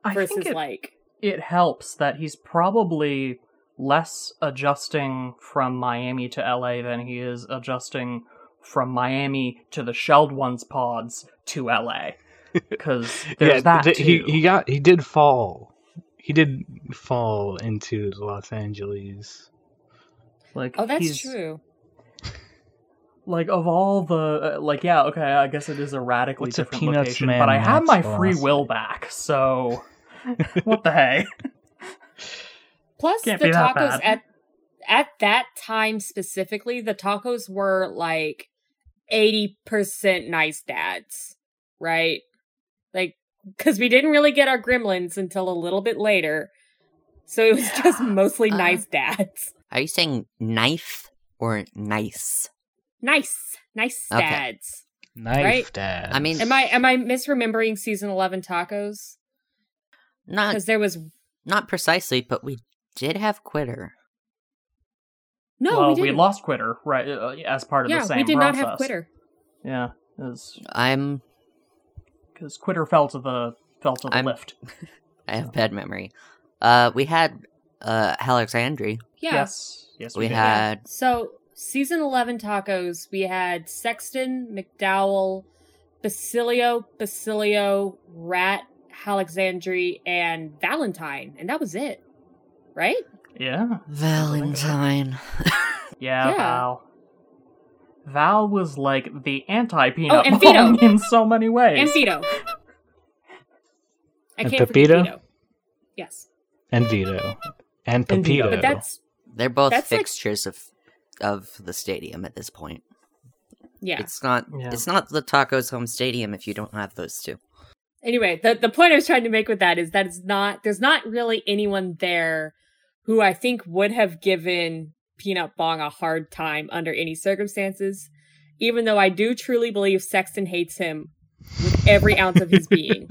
I versus think it, like it helps that he's probably less adjusting from Miami to LA than he is adjusting from Miami to the Shelled Ones pods to LA. Because there's that th- he too. he got he did fall. He did fall into the Los Angeles. like, oh, that's he's- true. Like of all the uh, like, yeah, okay, I guess it is a radically What's a different Peanuts location, man but I have my that's free lost? will back, so what the hey? Plus the Can't be that tacos bad. at at that time specifically, the tacos were like eighty percent nice dads, right? Like because we didn't really get our gremlins until a little bit later, so it was just mostly Uh-huh. nice dads. Are you saying knife or nice? Nice, nice Okay. dads. Knife Right. dad. I mean- Am I am I misremembering season eleven tacos? Not Because there was not precisely, but we did have quitter. no, well, we we, didn't. lost Quitter right uh, as part of yeah, the same we did process. not have quitter. Yeah, because I'm Quitter fell to the fell to the I'm- lift. I have bad memory. Uh, we had uh Alexandri. Yeah. Yes, yes, We did. had So season eleven tacos, we had Sexton, McDowell, Basilio, Basilio, Rat, Alexandri, and Valentine, and that was it, right? yeah, Valentine. yeah, Yeah. Val. Val was like the anti Oh, peanut and Bong Vito. in so many ways. And Vito. I And can't forget Pepito? Vito. Yes, and Vito and And Vito. Pepito. but that's They're both That's like- fixtures of of the stadium at this point. yeah. It's not Yeah. it's not the Tacos home stadium if you don't have those two. anyway, the the point I was trying to make with that is that it's not there's not really anyone there who I think would have given Peanut Bong a hard time under any circumstances, even though I do truly believe Sexton hates him with every ounce of his being.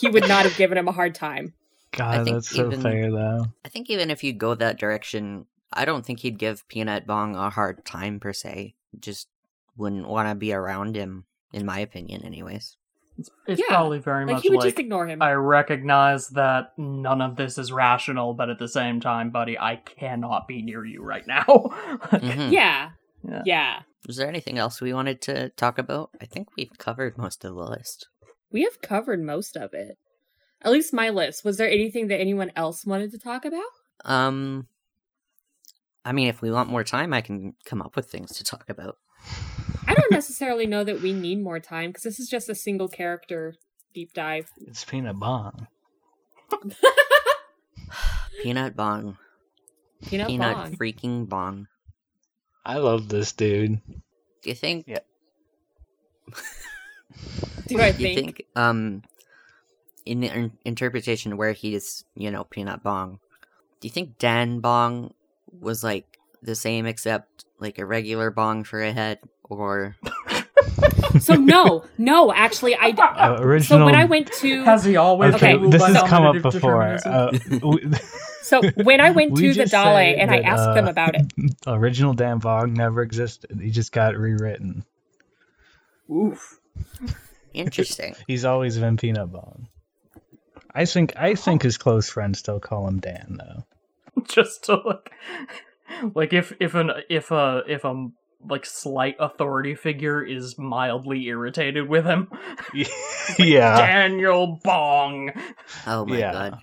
He would not have given him a hard time. I God, think that's so even- fair though. I think even if you go that direction, I don't think he'd give Peanut Bong a hard time per se. Just wouldn't want to be around him, in my opinion, anyways. it's it's Yeah, probably very Like much he would like just ignore him. I recognize that none of this is rational, but at the same time, buddy, I cannot be near you right now. Like, Mm-hmm. Mhm. yeah. Yeah. Yeah. Is there anything else we wanted to talk about? I think we've covered most of the list. We have covered most of it. At least my list. Was there anything that anyone else wanted to talk about? Um, I mean, if we want more time, I can come up with things to talk about. I don't necessarily know that we need more time because this is just a single character deep dive. It's peanut bong. Peanut bong. Peanut, Peanut bong. freaking bong. I love this dude. Do you think? Yeah. Do I Do you think? think? Um, in the in- interpretation where he's you know peanut bong, do you think Dan bong was like the same except like a regular bong for a head or So no, no. Actually, I. d- Uh, original. So when I went to Has he always Okay, okay, been ruled this by has come up nominative before. determinism? Uh, we- so when I went we to the just Dale said and I that, asked them uh, about it. original Dan Vog never existed. He just got rewritten. Oof. interesting? He's always been Peanut Bong. I think I think his close friends still call him Dan though. Just to like, like if if an if a if a like slight authority figure is mildly irritated with him, yeah, Daniel Bong. Oh my Yeah. god!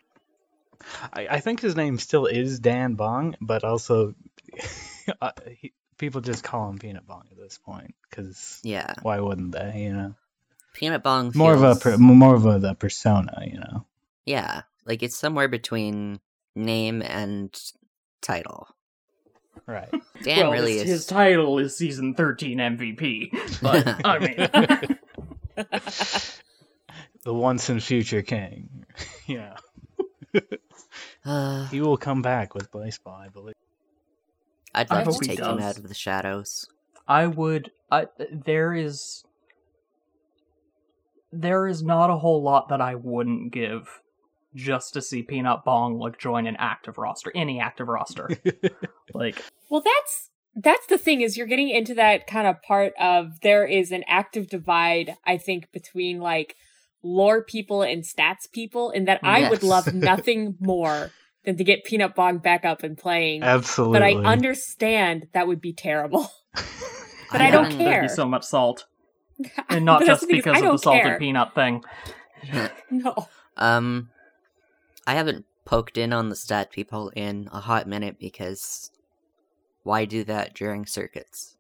I, I think his name still is Dan Bong, but also uh, he, people just call him Peanut Bong at this point because Yeah, why wouldn't they? You know, peanut bong. more of a feels- per, more of a the persona. You know, yeah, like it's somewhere between name and title. right? Dan well, really his, is. his title is season thirteen MVP, but I mean, the once and future king. yeah, Uh, he will come back with baseball, I believe. I'd I love hope to he take him does. out of the shadows. I would. I there is there is not a whole lot that I wouldn't give just to see Peanut Bong like join an active roster, any active roster. like Well, that's that's the thing is you're getting into that kind of part of there is an active divide I think between like lore people and stats people and that I would Yes. love nothing more than to get Peanut Bong back up and playing. Absolutely. But I understand that would be terrible. But I Yeah. don't That'd there'd care. be so much salt, But and not that's just the thing is, because I of the don't salted care. peanut thing. No. Um, I haven't poked in on the stat people in a hot minute because why do that during circuits?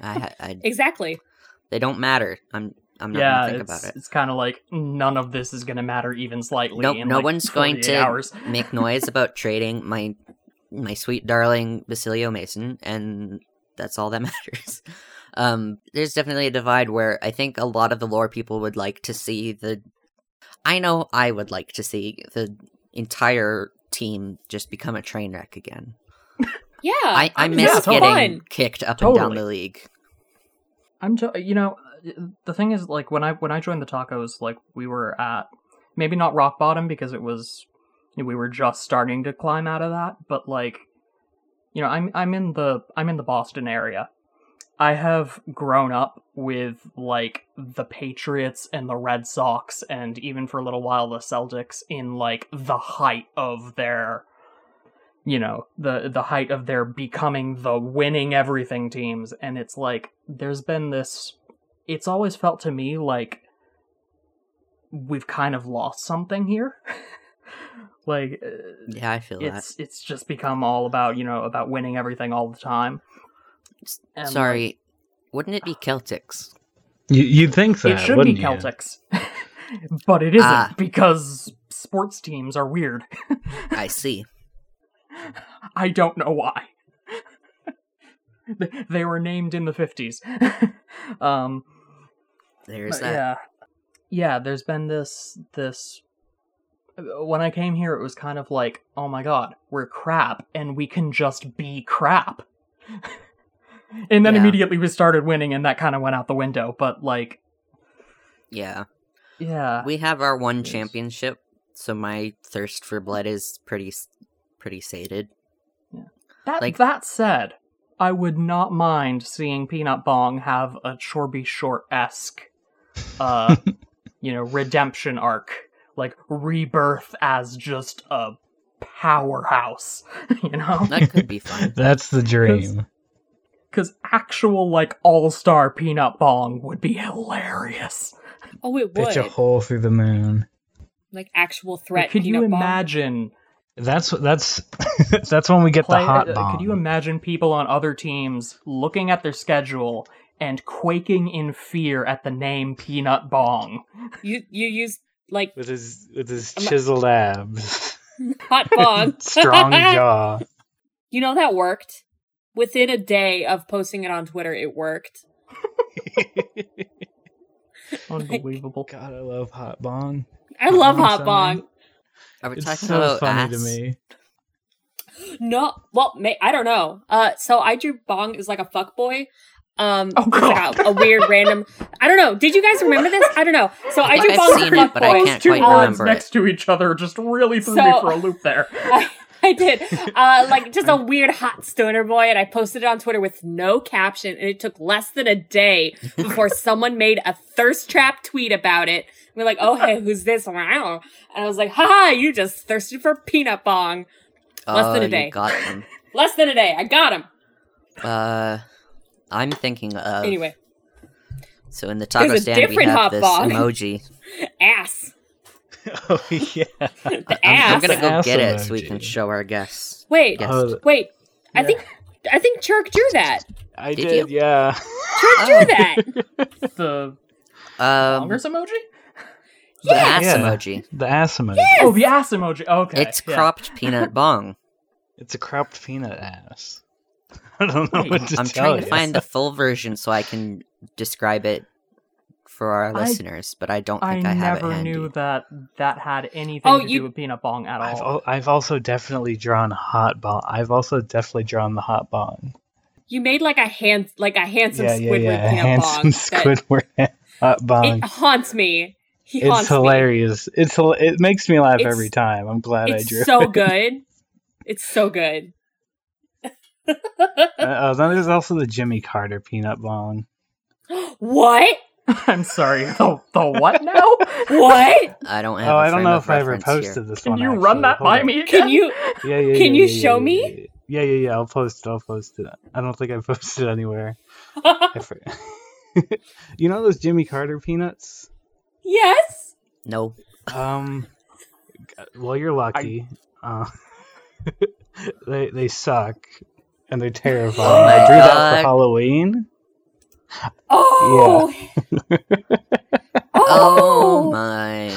I, ha- I Exactly. they don't matter. I'm I'm not yeah, gonna think it's, about it. it's kind of like none of this is going to matter even slightly. Nope, in, no like, one's going 48 to hours. make noise about trading my my sweet darling Basilio Mason, and that's all that matters. Um, there's definitely a divide where I think a lot of the lore people would like to see the. I know I would like to see the entire team just become a train wreck again. Yeah. I, I miss yeah, getting fun. kicked up and down Totally. the league. I'm t- you know uh, the thing is like when I when I joined the tacos like we were at maybe not rock bottom because it was we were just starting to climb out of that but like you know I'm I'm in the I'm in the Boston area. I have grown up with like the Patriots and the Red Sox and even for a little while the Celtics in like the height of their you know the the height of their becoming the winning everything teams and it's like there's been this it's always felt to me like we've kind of lost something here like uh, Yeah, I feel that. it's it's just become all about you know about winning everything all the time S- and, Sorry, wouldn't it be Celtics? You, you'd think that it should be wouldn't you? celtics but it isn't Ah. because sports teams are weird I see. i don't know why They- they were named in the 50s um There's But that. Yeah, yeah. There's been this this. uh, When I came here, it was kind of like, oh my god, we're crap, and we can just be crap. and then Yeah. immediately we started winning, and that kind of went out the window. But like, Yeah. yeah, We have our one Yes. championship, so my thirst for blood is pretty s- pretty sated. that like- that said, I would not mind seeing Peanut Bong have a Chorby Short esque, uh, you know, redemption arc, like rebirth as just a powerhouse, you know. That could be fun. That's the dream. Because actual, like, all star peanut bong would be hilarious. Oh, it would. Pitch a hole through the moon. like actual threat. could you peanut bomb. imagine That's that's that's when we get play- the hot uh, bomb. could you imagine people on other teams looking at their schedule and quaking in fear at the name Peanut Bong? You you use like with his with his I'm- chiseled abs, hot bong. strong jaw. You know that worked. Within a day of posting it on Twitter, it worked. Unbelievable. God, I love hot bong. I love Oh, hot sorry. bong. Are we It's talking so about funny to ass? me. No, well, may, I don't know. Uh, so I drew bong as like a fuck boy. Um, Oh, it's like a, a weird random. I don't know. Did you guys remember this? I don't know. So I Like, drew I've bong as a seen it, fuck but I boy. can't Two quite words remember it. next to each other just really threw me So- for a loop there. I, I did. Uh, like just a weird hot stoner boy, and I posted it on Twitter with no caption, and it took less than a day before someone made a thirst trap tweet about it. We're like, oh hey, who's this? I'm like, I don't know. And I was like, ha, you just thirsted for peanut bong. Less than Oh, a you day. got them. Less than a day, I got him. Uh, I'm thinking of Anyway, So in the taco There's a stand, we different have hot this bong. emoji. ass. Oh yeah. The I'm, I'm ass. gonna go Ass get it so we can emoji. show our guests. Wait, Yes. Oh, wait. I Yeah. think I think Chirk drew that. I Did did. Yeah. Chirk Oh. drew that. The Um, Congress emoji? the ass Yeah. emoji. The ass emoji. Oh, the ass emoji. Okay. It's yeah. cropped peanut bong. It's a cropped peanut ass. I don't know Wait, what to I'm tell trying to you. find the full version so I can describe it for our listeners, but I don't I think I, have it never handy. knew that that had anything Oh, to you- do with Peanut Bong at I've, all. al- I've also definitely drawn hot bong. I've also definitely drawn the hot bong. You made like a hand like a handsome yeah, yeah, squidward yeah. peanut Handsome bong. that- Squidward hot bong. It haunts me. He it's haunts hilarious. It's hil- it makes me laugh It's- every time. I'm glad me. I drew. It's so good. It's so good. it. Uh, oh, then there's also the Jimmy Carter peanut bong. what? I'm sorry. The, the what now? What? I don't have. Oh, a I don't frame know of if I ever reference posted here. this Can one. you actually. run that Hold by on. me again? Can you? Yeah, yeah. Can yeah, you yeah, show yeah, me? Yeah, yeah, yeah. I'll post it. I'll post it. I don't think I posted anywhere. I for- you know those Jimmy Carter peanuts? yes. No, Um, well, you're lucky. Uh, they they suck and they're terrifying. Oh I my drew that God. for Halloween. Oh. Oh oh. my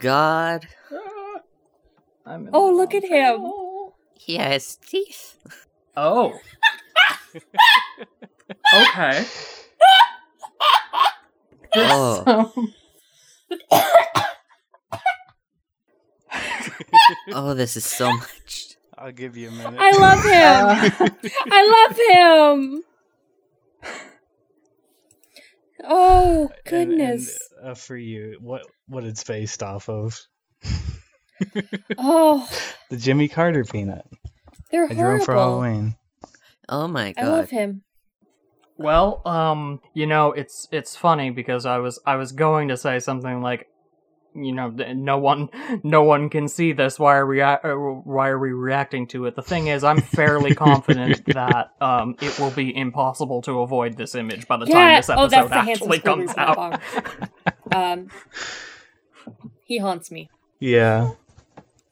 god, Ah, I'm in Oh, the look wrong at him. channel. he has teeth. Oh. okay. Oh, Um, oh, this is so much. I'll give you a minute. I love him. uh, I love him. Oh goodness. And, uh, for you, what what it's based off of? Oh, The Jimmy Carter peanut. they're I drew him for horrible. Halloween. Oh my god. I love him. well, um, you know, it's it's funny because I was I was going to say something like, you know, th- no one no one can see this. Why are we uh, why are we reacting to it? The thing is, I'm fairly confident that um, it will be impossible to avoid this image by the time Yeah. this Oh, that's episode the handsome actually comes squidward peanut out. bong. Um, he haunts me. Yeah,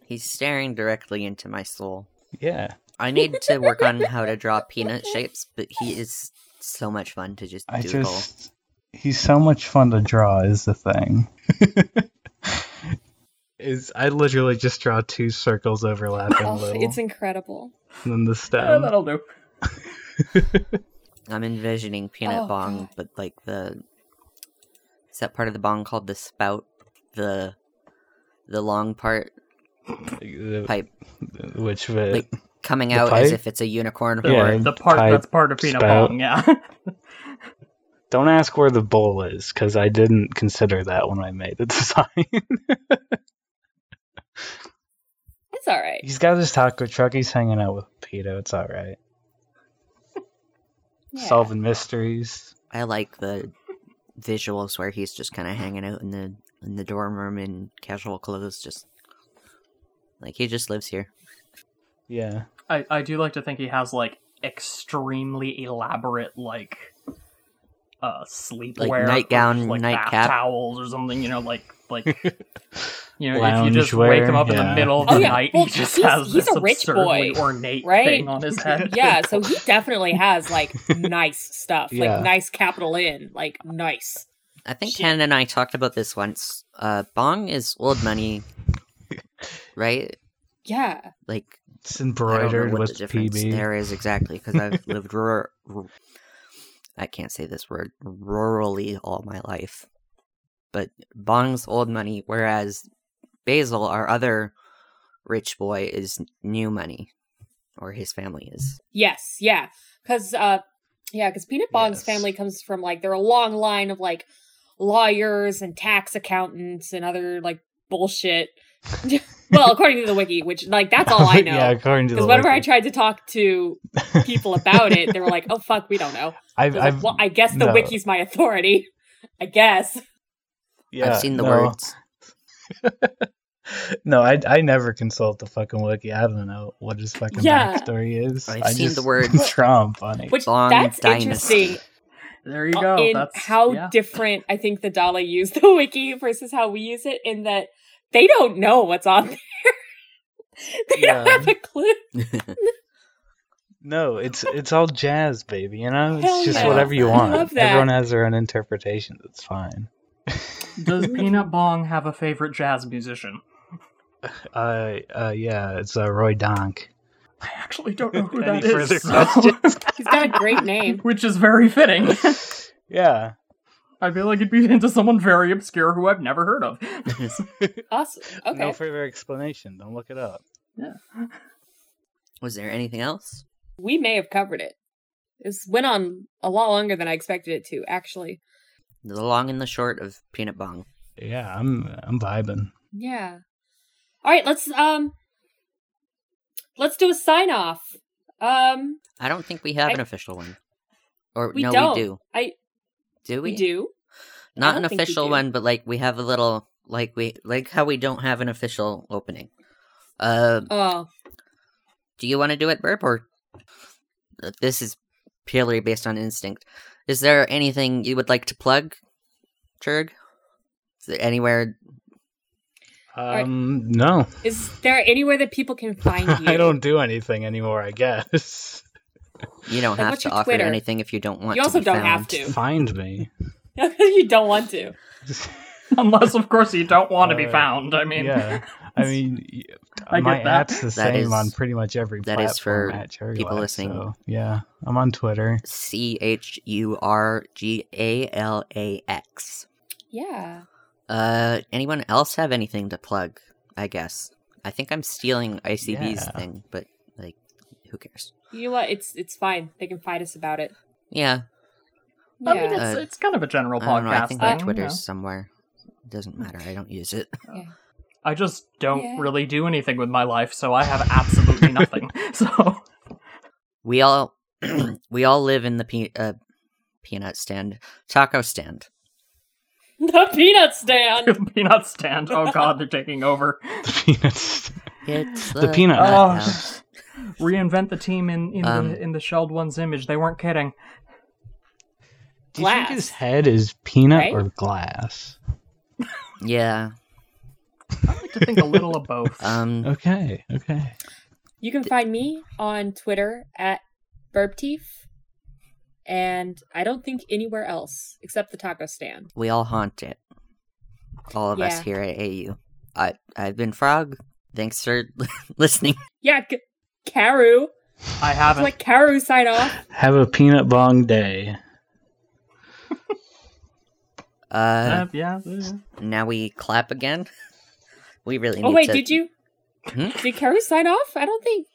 He's staring directly into my soul. yeah. I need to work on how to draw peanut shapes, but he is so much fun to just I doodle. just he's so much fun to draw is the thing. is I literally just draw two circles overlapping a Oh, little, it's incredible. and then the Yeah, stem. that'll do. I'm envisioning peanut Oh, bong, God. but like the is that part of the bong called the spout? The the long part The- pipe Which uh, bit? Like, coming The out as pipe? if it's a unicorn The, Yeah. horn. the part Pipe, that's part of peanut spout. bong, yeah. Don't ask where the bowl is, because I didn't consider that when I made the design. It's all right. he's got his taco truck. He's hanging out with Pito. It's all right. Yeah. Solving mysteries. I like the visuals where he's just kind of hanging out in the in the dorm room in casual clothes, just like he just lives here. Yeah. I, I do like to think he has like extremely elaborate like uh sleepwear, nightgown, or, like nightcap. bath towels or something. You know, like like You know, if you just wake him up in the middle of the Oh, yeah. night, Well, he just he's- has he's this a rich absurdly boy, ornate right? thing on his head. yeah, so he definitely has like nice stuff, Yeah. like nice capital in, like nice. I think Shit. Ken and I talked about this once. Uh, Bong is old money, right? Yeah. Like It's I don't know embroidered what with the difference PB. There is exactly because I've lived rural. I can't say this word rurally all my life, but Bong's old money, whereas Basil, our other rich boy, is new money, or his family is. Yes, yeah. Cause uh yeah, because Peanut Bong's Yes. family comes from like they're a long line of like lawyers and tax accountants and other like bullshit. well, according to the wiki, which like that's all I know. yeah, according to the Because whenever I wiki. tried to talk to people about it, they were like, "Oh fuck, we don't know." I I've, was like, I've, well, I guess the no. wiki's my authority. I guess. yeah, I've seen the no. words. no, I I never consult the fucking wiki. I don't know what his fucking Yeah. backstory is. I've I seen just the words. Trump on it. Which Bong that's Dynasty. interesting There you uh, go. in That's how yeah. different I think the Dala use the wiki versus how we use it. In that they don't know what's on there. they don't Yeah. have a clue. No, it's it's all jazz, baby. You know, it's Hell just yeah. whatever you I want. love that. Everyone has their own interpretations. It's fine. Does Peanut Bong have a favorite jazz musician? Uh, uh, yeah, it's uh, Roy Donk. I actually don't know who Any that is. further so- questions? He's got a great name. which is very fitting. Yeah, I feel like it'd be into someone very obscure who I've never heard of. Awesome. Okay. no further explanation. Don't look it up. Was there anything else? we may have covered it. This went on a lot longer than I expected it to, actually. The long and the short of Peanut Bong. Yeah, I'm I'm vibing. Yeah. All right, let's um let's do a sign off. Um I don't think we have I- an official one. Or we no, don't. we do. I Do we, we? do. Not don't an think we official do. one, but like we have a little like we like how we don't have an official opening. Uh, Oh, do you want to do it, Burp, or uh, this is purely based on instinct? Is there anything you would like to plug, Churg? Is there anywhere? right. Um, no, is there anywhere that people can find you? I don't do anything anymore. I guess You don't Then have what's to your offer Twitter? anything if you don't want. You to also be don't found. have to. find me. you don't want to. Unless, of course, you don't want to be Uh, found. I mean, yeah, I mean, y- I get my that. app's the That same is- on pretty much every that platform. is for at Cherry people Light, listening. so, yeah, I'm on Twitter. C H U R G A L A X. Yeah. Uh, anyone else have anything to plug? I guess. I think I'm stealing ICB's Yeah. thing, but like, who cares? You know what? It's it's fine. They can fight us about it. Yeah, I mean, Yeah. it's, Uh, it's kind of a general I don't know. I podcast think thing. my you know. Twitter's somewhere. Doesn't matter. I don't use it. I just don't Yeah. really do anything with my life, so I have absolutely nothing. So We all we all live in the pe- uh, peanut stand, taco stand. the peanut stand. peanut stand. Oh god, they're taking over. Peanuts. It's The peanut Oh, house. reinvent the team in in, Um, the, in the shelled one's image. They weren't kidding. Do you think Glass. his head is peanut Right? or glass? Yeah. I like to think a little of both. Um. Okay, okay. You can find me on Twitter at burpteef, and I don't think anywhere else except the taco stand. We all haunt it. All of us Yeah. here at AU. I I've been Frog. Thanks for listening. Yeah, c- Karu. Uh-huh. I haven't. Like Karu sign off. Have a peanut bong day. Uh, Uh, yeah, yeah. now we clap again. We really need Oh wait, to. did you? Hmm? Did Karu sign off? I don't think.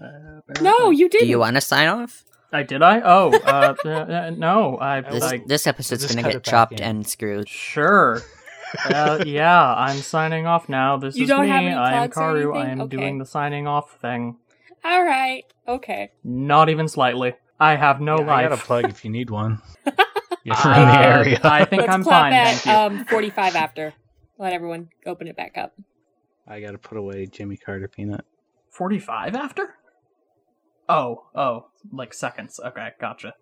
Uh, No, you Do didn't. you want to sign off? I did. I oh uh, uh, uh, no. I This- This like this episode's just gonna cut get it back chopped in. and screwed. sure. Uh, yeah, I'm signing off now. This You is don't me. have any I am plugs or Karu. I anything? am Okay. doing the signing off thing. All right. Okay. Not even slightly. I have no Yeah, I life. got a plug if you need one. You're from the Uh, area. I think Let's I'm clap fine. at Thank you. um 45 after. Let everyone open it back up. I gotta put away Jimmy Carter peanut. 45 after? Oh, oh, like seconds. Okay, gotcha.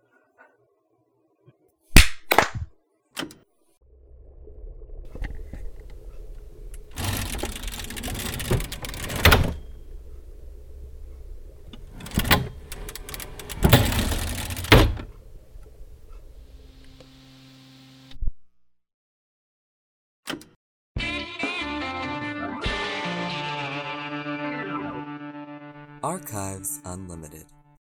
Archives Unlimited.